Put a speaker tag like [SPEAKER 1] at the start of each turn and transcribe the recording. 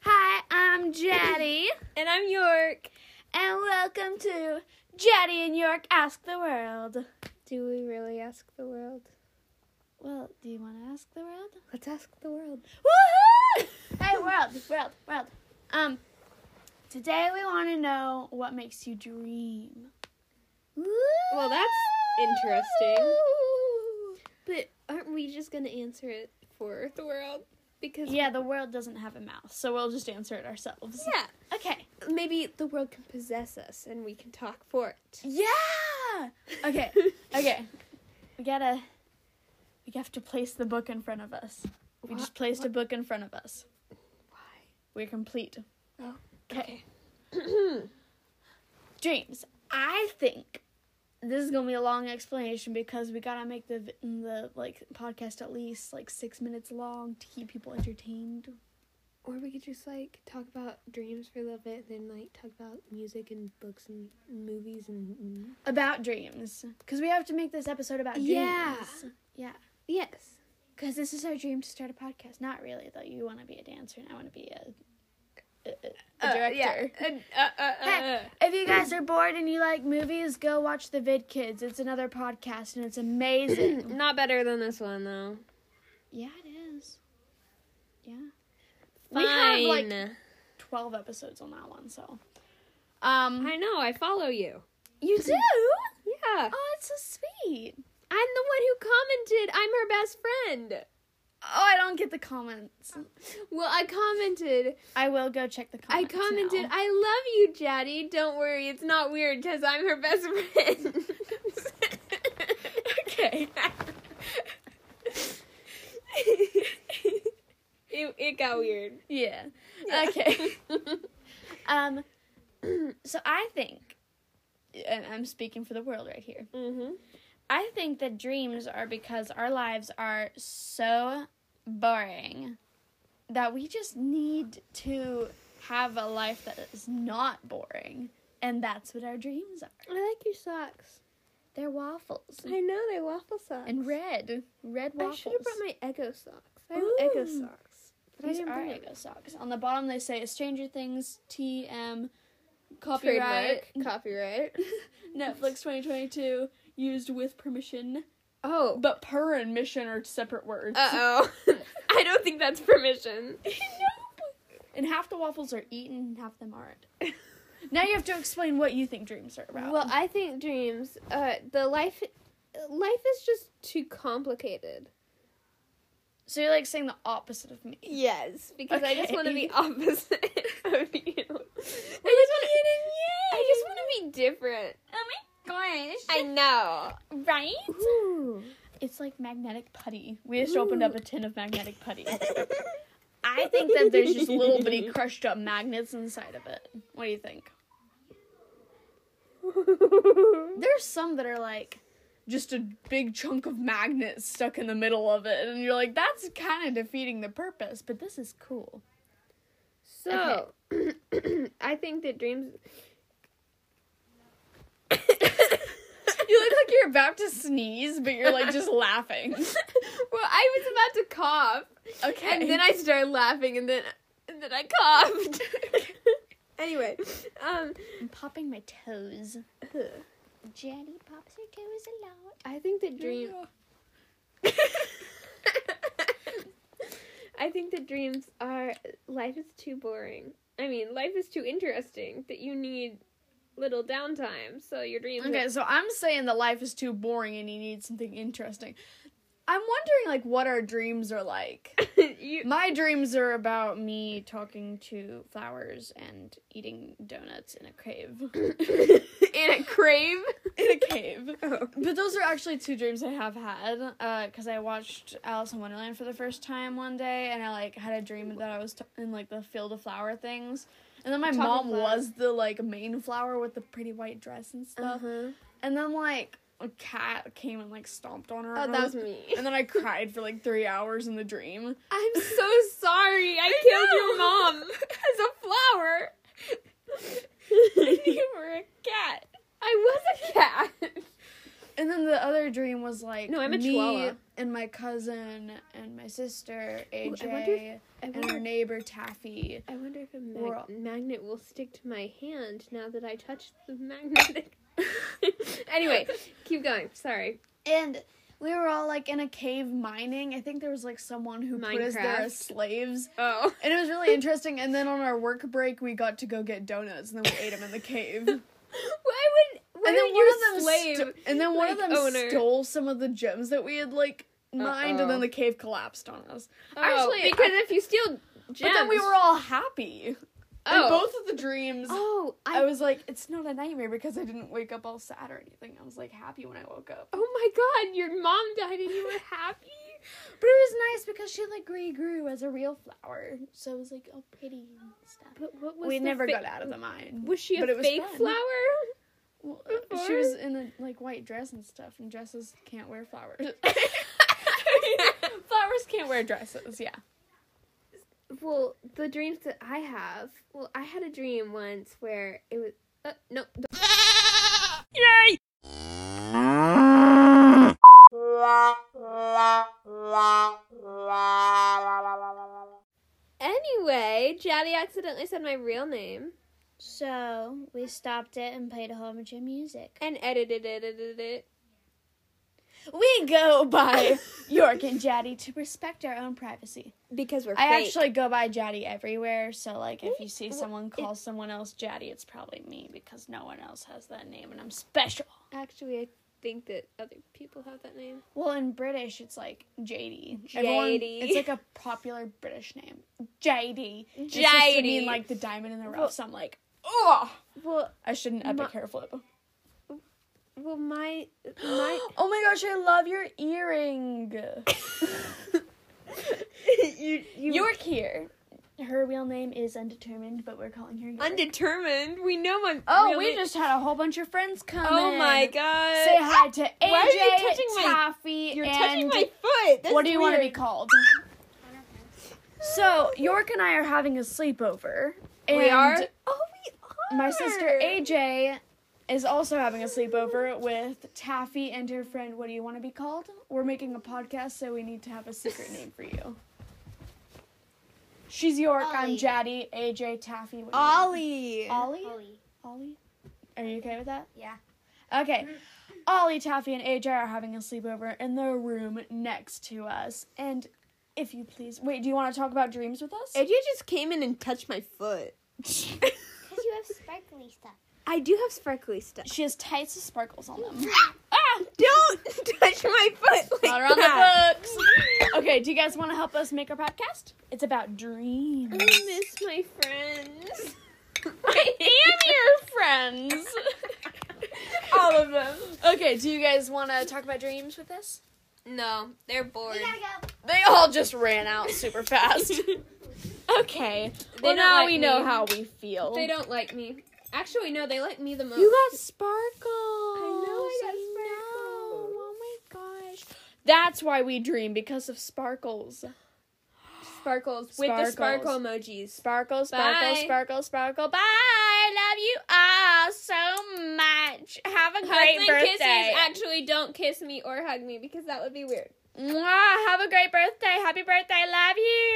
[SPEAKER 1] Hi, I'm Jetty,
[SPEAKER 2] And I'm York.
[SPEAKER 1] and welcome to Jetty and York Ask the World.
[SPEAKER 2] Do we really ask the world?
[SPEAKER 1] Well, do you want to ask the world?
[SPEAKER 2] Let's ask the world.
[SPEAKER 1] Woohoo! hey, world, world, world. Um, today we want to know what makes you dream.
[SPEAKER 2] Well, that's interesting.
[SPEAKER 1] But
[SPEAKER 2] Aren't we just going to answer it for the world? Because
[SPEAKER 1] yeah, the world doesn't have a mouth, so we'll just answer it ourselves.
[SPEAKER 2] yeah,
[SPEAKER 1] Okay.
[SPEAKER 2] maybe the world can possess us and we can talk for it.
[SPEAKER 1] Yeah. Okay. Okay. We gotta. We have to place the book in front of us. We
[SPEAKER 2] Wha-
[SPEAKER 1] just placed a book in front of us.
[SPEAKER 2] Why?
[SPEAKER 1] We're complete.
[SPEAKER 2] Oh,
[SPEAKER 1] Okay. Dreams. I think this is gonna be a long explanation because we gotta make the vi- the like podcast at least like six minutes long to keep people entertained.
[SPEAKER 2] Or we could just like talk about dreams for a little bit and then like talk about music and books and movies and. mm-hmm.
[SPEAKER 1] About dreams, because we have to make this episode about dreams.
[SPEAKER 2] Yeah.
[SPEAKER 1] Yeah.
[SPEAKER 2] Yes.
[SPEAKER 1] Because this is our dream to start a podcast. Not really, though. You want to be a dancer, and I want to be a, a,
[SPEAKER 2] Uh,
[SPEAKER 1] a- a director. Hey, if you guys are bored and you like movies, go watch The Vid Kids. It's another podcast, and it's amazing.
[SPEAKER 2] uh. Not better than this one though.
[SPEAKER 1] yeah, it is. Yeah. We have like 12 episodes on that one, so. Um,
[SPEAKER 2] I know. I follow you.
[SPEAKER 1] you do?
[SPEAKER 2] Yeah.
[SPEAKER 1] Oh, it's so sweet.
[SPEAKER 2] I'm the one who commented. I'm her best friend.
[SPEAKER 1] Oh, I don't get the comments.
[SPEAKER 2] Well, I commented.
[SPEAKER 1] Um, I will go check the
[SPEAKER 2] I
[SPEAKER 1] comments.
[SPEAKER 2] commented.
[SPEAKER 1] now.
[SPEAKER 2] I love you, Jaddy. Don't worry, it's not weird because I'm her best friend.
[SPEAKER 1] Okay.
[SPEAKER 2] it it got weird.
[SPEAKER 1] Yeah. Okay. Um, so I think, and I'm speaking for the world right here.
[SPEAKER 2] mhm.
[SPEAKER 1] I think that dreams are because our lives are so boring that we just need to have a life that is not boring, and that's what our dreams are.
[SPEAKER 2] I like your socks.
[SPEAKER 1] They're waffles
[SPEAKER 2] I know they're waffle socks.
[SPEAKER 1] and red, red waffles.
[SPEAKER 2] I should have brought my Echo socks. I have
[SPEAKER 1] Ooh.
[SPEAKER 2] Echo socks, but
[SPEAKER 1] These
[SPEAKER 2] I didn't
[SPEAKER 1] are
[SPEAKER 2] bring
[SPEAKER 1] Lego socks. On the bottom, they say Stranger Things TM copyright
[SPEAKER 2] Copyright.
[SPEAKER 1] Netflix 2022 used with permission,
[SPEAKER 2] Oh.
[SPEAKER 1] but per and mission are separate words.
[SPEAKER 2] Uh oh. I don't think that's permission.
[SPEAKER 1] And half the waffles are eaten and half them aren't. now you have to explain what you think dreams are about.
[SPEAKER 2] Well, I think dreams. Uh, the life, life is just too complicated.
[SPEAKER 1] so you're like saying the opposite of me.
[SPEAKER 2] Yes, because I just want to be
[SPEAKER 1] Okay.
[SPEAKER 2] opposite of you.
[SPEAKER 1] We're
[SPEAKER 2] I just want to. I just want to be different.
[SPEAKER 1] Oh my
[SPEAKER 2] I know.
[SPEAKER 1] right? It's like magnetic putty. We just opened up a tin of magnetic putty. I think that there's just little bitty crushed up magnets inside of it. What do you think? There's some that are like just a big chunk of magnets stuck in the middle of it, and you're like, that's kind of defeating the purpose, but this is cool.
[SPEAKER 2] so, I think that dreams.
[SPEAKER 1] You look like you're about to sneeze, but you're like just laughing.
[SPEAKER 2] Well, I was about to cough,
[SPEAKER 1] Okay.
[SPEAKER 2] and then I started laughing, and then and then I coughed. anyway, um,
[SPEAKER 1] I'm popping my toes. Jenny pops her toes a lot.
[SPEAKER 2] I think that dream. I think that dreams are life is too boring. I mean, life is too interesting that you need little downtime. So your dreams.
[SPEAKER 1] Okay,
[SPEAKER 2] Are,
[SPEAKER 1] so I'm saying that life is too boring and you need something interesting. I'm wondering like what our dreams are like.
[SPEAKER 2] you,
[SPEAKER 1] My dreams are about me talking to flowers and eating donuts in a cave.
[SPEAKER 2] in a crave.
[SPEAKER 1] in a cave.
[SPEAKER 2] Oh.
[SPEAKER 1] But those are actually two dreams I have had. Because I watched Alice in Wonderland for the first time one day, and I like had a dream that I was t- in like the field of flower things. And then my
[SPEAKER 2] Chocolate
[SPEAKER 1] mom
[SPEAKER 2] flower.
[SPEAKER 1] was the like main flower with the pretty white dress and stuff.
[SPEAKER 2] Uh-huh.
[SPEAKER 1] And then like a cat came and like stomped on her.
[SPEAKER 2] Oh,
[SPEAKER 1] and I
[SPEAKER 2] that was me.
[SPEAKER 1] And then I cried for like three hours in the dream.
[SPEAKER 2] I'm so sorry. I, killed your mom as a flower. you were a cat. I was a cat.
[SPEAKER 1] And then the other dream was like
[SPEAKER 2] No, I'm a
[SPEAKER 1] me
[SPEAKER 2] chihuahua.
[SPEAKER 1] and my cousin and my sister AJ
[SPEAKER 2] wonder if- I
[SPEAKER 1] and our
[SPEAKER 2] wonder,
[SPEAKER 1] neighbor Taffy.
[SPEAKER 2] I wonder if a
[SPEAKER 1] We're
[SPEAKER 2] mag-
[SPEAKER 1] all-
[SPEAKER 2] magnet will stick to my hand now that I touched the magnetic. anyway, keep going. Sorry.
[SPEAKER 1] And we were all like in a cave mining. I think there was like someone who put us there as
[SPEAKER 2] Minecraft.
[SPEAKER 1] slaves.
[SPEAKER 2] Oh.
[SPEAKER 1] And it was really interesting. And then on our work break, we got to go get donuts, and then we ate them in the cave. and
[SPEAKER 2] Why would? Why
[SPEAKER 1] then
[SPEAKER 2] would
[SPEAKER 1] one
[SPEAKER 2] your
[SPEAKER 1] of them,
[SPEAKER 2] slave?
[SPEAKER 1] sto- and then one of
[SPEAKER 2] like,
[SPEAKER 1] them
[SPEAKER 2] owner-
[SPEAKER 1] stole some of the gems that we had like mined, and
[SPEAKER 2] Uh-oh.
[SPEAKER 1] then the cave collapsed on us.
[SPEAKER 2] Oh,
[SPEAKER 1] Actually,
[SPEAKER 2] because if you steal gems,
[SPEAKER 1] But then we were all happy.
[SPEAKER 2] oh.
[SPEAKER 1] In both of the dreams,
[SPEAKER 2] Oh, I,
[SPEAKER 1] I was like, it's not a nightmare because I didn't wake up all sad or anything. I was like happy when I woke up.
[SPEAKER 2] Oh my god, your mom died and you were happy.
[SPEAKER 1] But it was nice because she like regrew as a real flower, so it was like all pretty and stuff.
[SPEAKER 2] But what was
[SPEAKER 1] We
[SPEAKER 2] the
[SPEAKER 1] never
[SPEAKER 2] fa-
[SPEAKER 1] got out of the mine.
[SPEAKER 2] Was she a
[SPEAKER 1] but it was
[SPEAKER 2] fake
[SPEAKER 1] fun.
[SPEAKER 2] flower?
[SPEAKER 1] Well, uh,
[SPEAKER 2] Before?
[SPEAKER 1] she was in a like white dress and stuff, and dresses can't wear flowers. flowers can't wear dresses. Yeah.
[SPEAKER 2] Well, the dreams that I have. Well, I had a dream once where it was. Uh, no. Yay! Anyway, Jaddy accidentally said my real name
[SPEAKER 3] So we stopped it and played a whole bunch of music.
[SPEAKER 2] and edited it. Edited it.
[SPEAKER 1] We go by
[SPEAKER 3] York and Jaddy to respect our own privacy.
[SPEAKER 2] Because we're
[SPEAKER 1] I
[SPEAKER 2] fake.
[SPEAKER 1] actually go by Jaddy everywhere, so like if you see
[SPEAKER 2] Well,
[SPEAKER 1] someone call someone else Jaddy, it's probably me because no one else has that name and I'm special.
[SPEAKER 2] Actually, I think that other people have that name.
[SPEAKER 1] Well, in British, it's like JD.
[SPEAKER 2] JD.
[SPEAKER 1] it's like a popular British name. JD. JD. It's just to
[SPEAKER 2] JD.
[SPEAKER 1] mean like the diamond in the rough.
[SPEAKER 2] Well-
[SPEAKER 1] so I'm like, oh,
[SPEAKER 2] Well,
[SPEAKER 1] I shouldn't epic
[SPEAKER 2] My-
[SPEAKER 1] hair flip.
[SPEAKER 2] well, my my
[SPEAKER 1] oh my gosh, I love your earring.
[SPEAKER 2] you you
[SPEAKER 1] York here.
[SPEAKER 3] Her real name is undetermined, but we're calling her York.
[SPEAKER 2] undetermined. We know my
[SPEAKER 1] Oh,
[SPEAKER 2] real
[SPEAKER 1] we
[SPEAKER 2] name-
[SPEAKER 1] just had a whole bunch of friends come.
[SPEAKER 2] Oh my
[SPEAKER 1] in.
[SPEAKER 2] god.
[SPEAKER 1] Say hi to AJ,
[SPEAKER 2] Why are you touching my-
[SPEAKER 1] Taffy,
[SPEAKER 2] You're touching
[SPEAKER 1] and
[SPEAKER 2] my foot. That's
[SPEAKER 1] what do you want to be
[SPEAKER 2] weird.
[SPEAKER 1] called? So York and I are having a sleepover. And
[SPEAKER 2] We are. Oh, we are.
[SPEAKER 1] My sister AJ is also having a sleepover with Taffy and her friend. What do you want to be called? We're making a podcast, so we need to have a secret name for you. She's York. I'm
[SPEAKER 3] Ollie.
[SPEAKER 1] Jaddy. AJ Taffy. What do you want?
[SPEAKER 2] Ollie.
[SPEAKER 1] Ollie.
[SPEAKER 3] Holly.
[SPEAKER 1] Ollie. Are you okay with that?
[SPEAKER 3] Yeah.
[SPEAKER 1] Okay. Ollie, Taffy, and AJ are having a sleepover in the room next to us. And if you please, wait. Do you want to talk about dreams with us?
[SPEAKER 2] AJ just came in and touched my foot.
[SPEAKER 3] Because you have sparkly stuff.
[SPEAKER 2] I do have sparkly stuff.
[SPEAKER 1] she has tights with sparkles on them.
[SPEAKER 2] Ah! Don't touch my foot. Like
[SPEAKER 1] Not around
[SPEAKER 2] that.
[SPEAKER 1] the books. Okay, do you guys want to help us make our podcast? It's about dreams.
[SPEAKER 2] I miss my friends.
[SPEAKER 1] I am your friends.
[SPEAKER 2] All of them.
[SPEAKER 1] Okay, do you guys want to talk about dreams with us?
[SPEAKER 2] No, they're bored.
[SPEAKER 3] go.
[SPEAKER 1] They all just ran out super fast. okay. well,
[SPEAKER 2] don't
[SPEAKER 1] now
[SPEAKER 2] like
[SPEAKER 1] we know
[SPEAKER 2] me.
[SPEAKER 1] how we feel.
[SPEAKER 2] They don't like me. Actually, no, they like me the most.
[SPEAKER 1] You got sparkles.
[SPEAKER 2] I got
[SPEAKER 1] know.
[SPEAKER 2] sparkles.
[SPEAKER 1] Oh my gosh. That's why we dream because of sparkles.
[SPEAKER 2] sparkles, with the
[SPEAKER 1] Sparkles.
[SPEAKER 2] sparkle emojis.
[SPEAKER 1] Sparkle, sparkle,
[SPEAKER 2] Bye.
[SPEAKER 1] sparkle, sparkle. Bye. Love you all so much. Have a great
[SPEAKER 2] Hugs and
[SPEAKER 1] birthday.
[SPEAKER 2] kisses. Actually, don't kiss me or hug me because that would be weird.
[SPEAKER 1] Mwah. Have a great birthday. Happy birthday. Love you.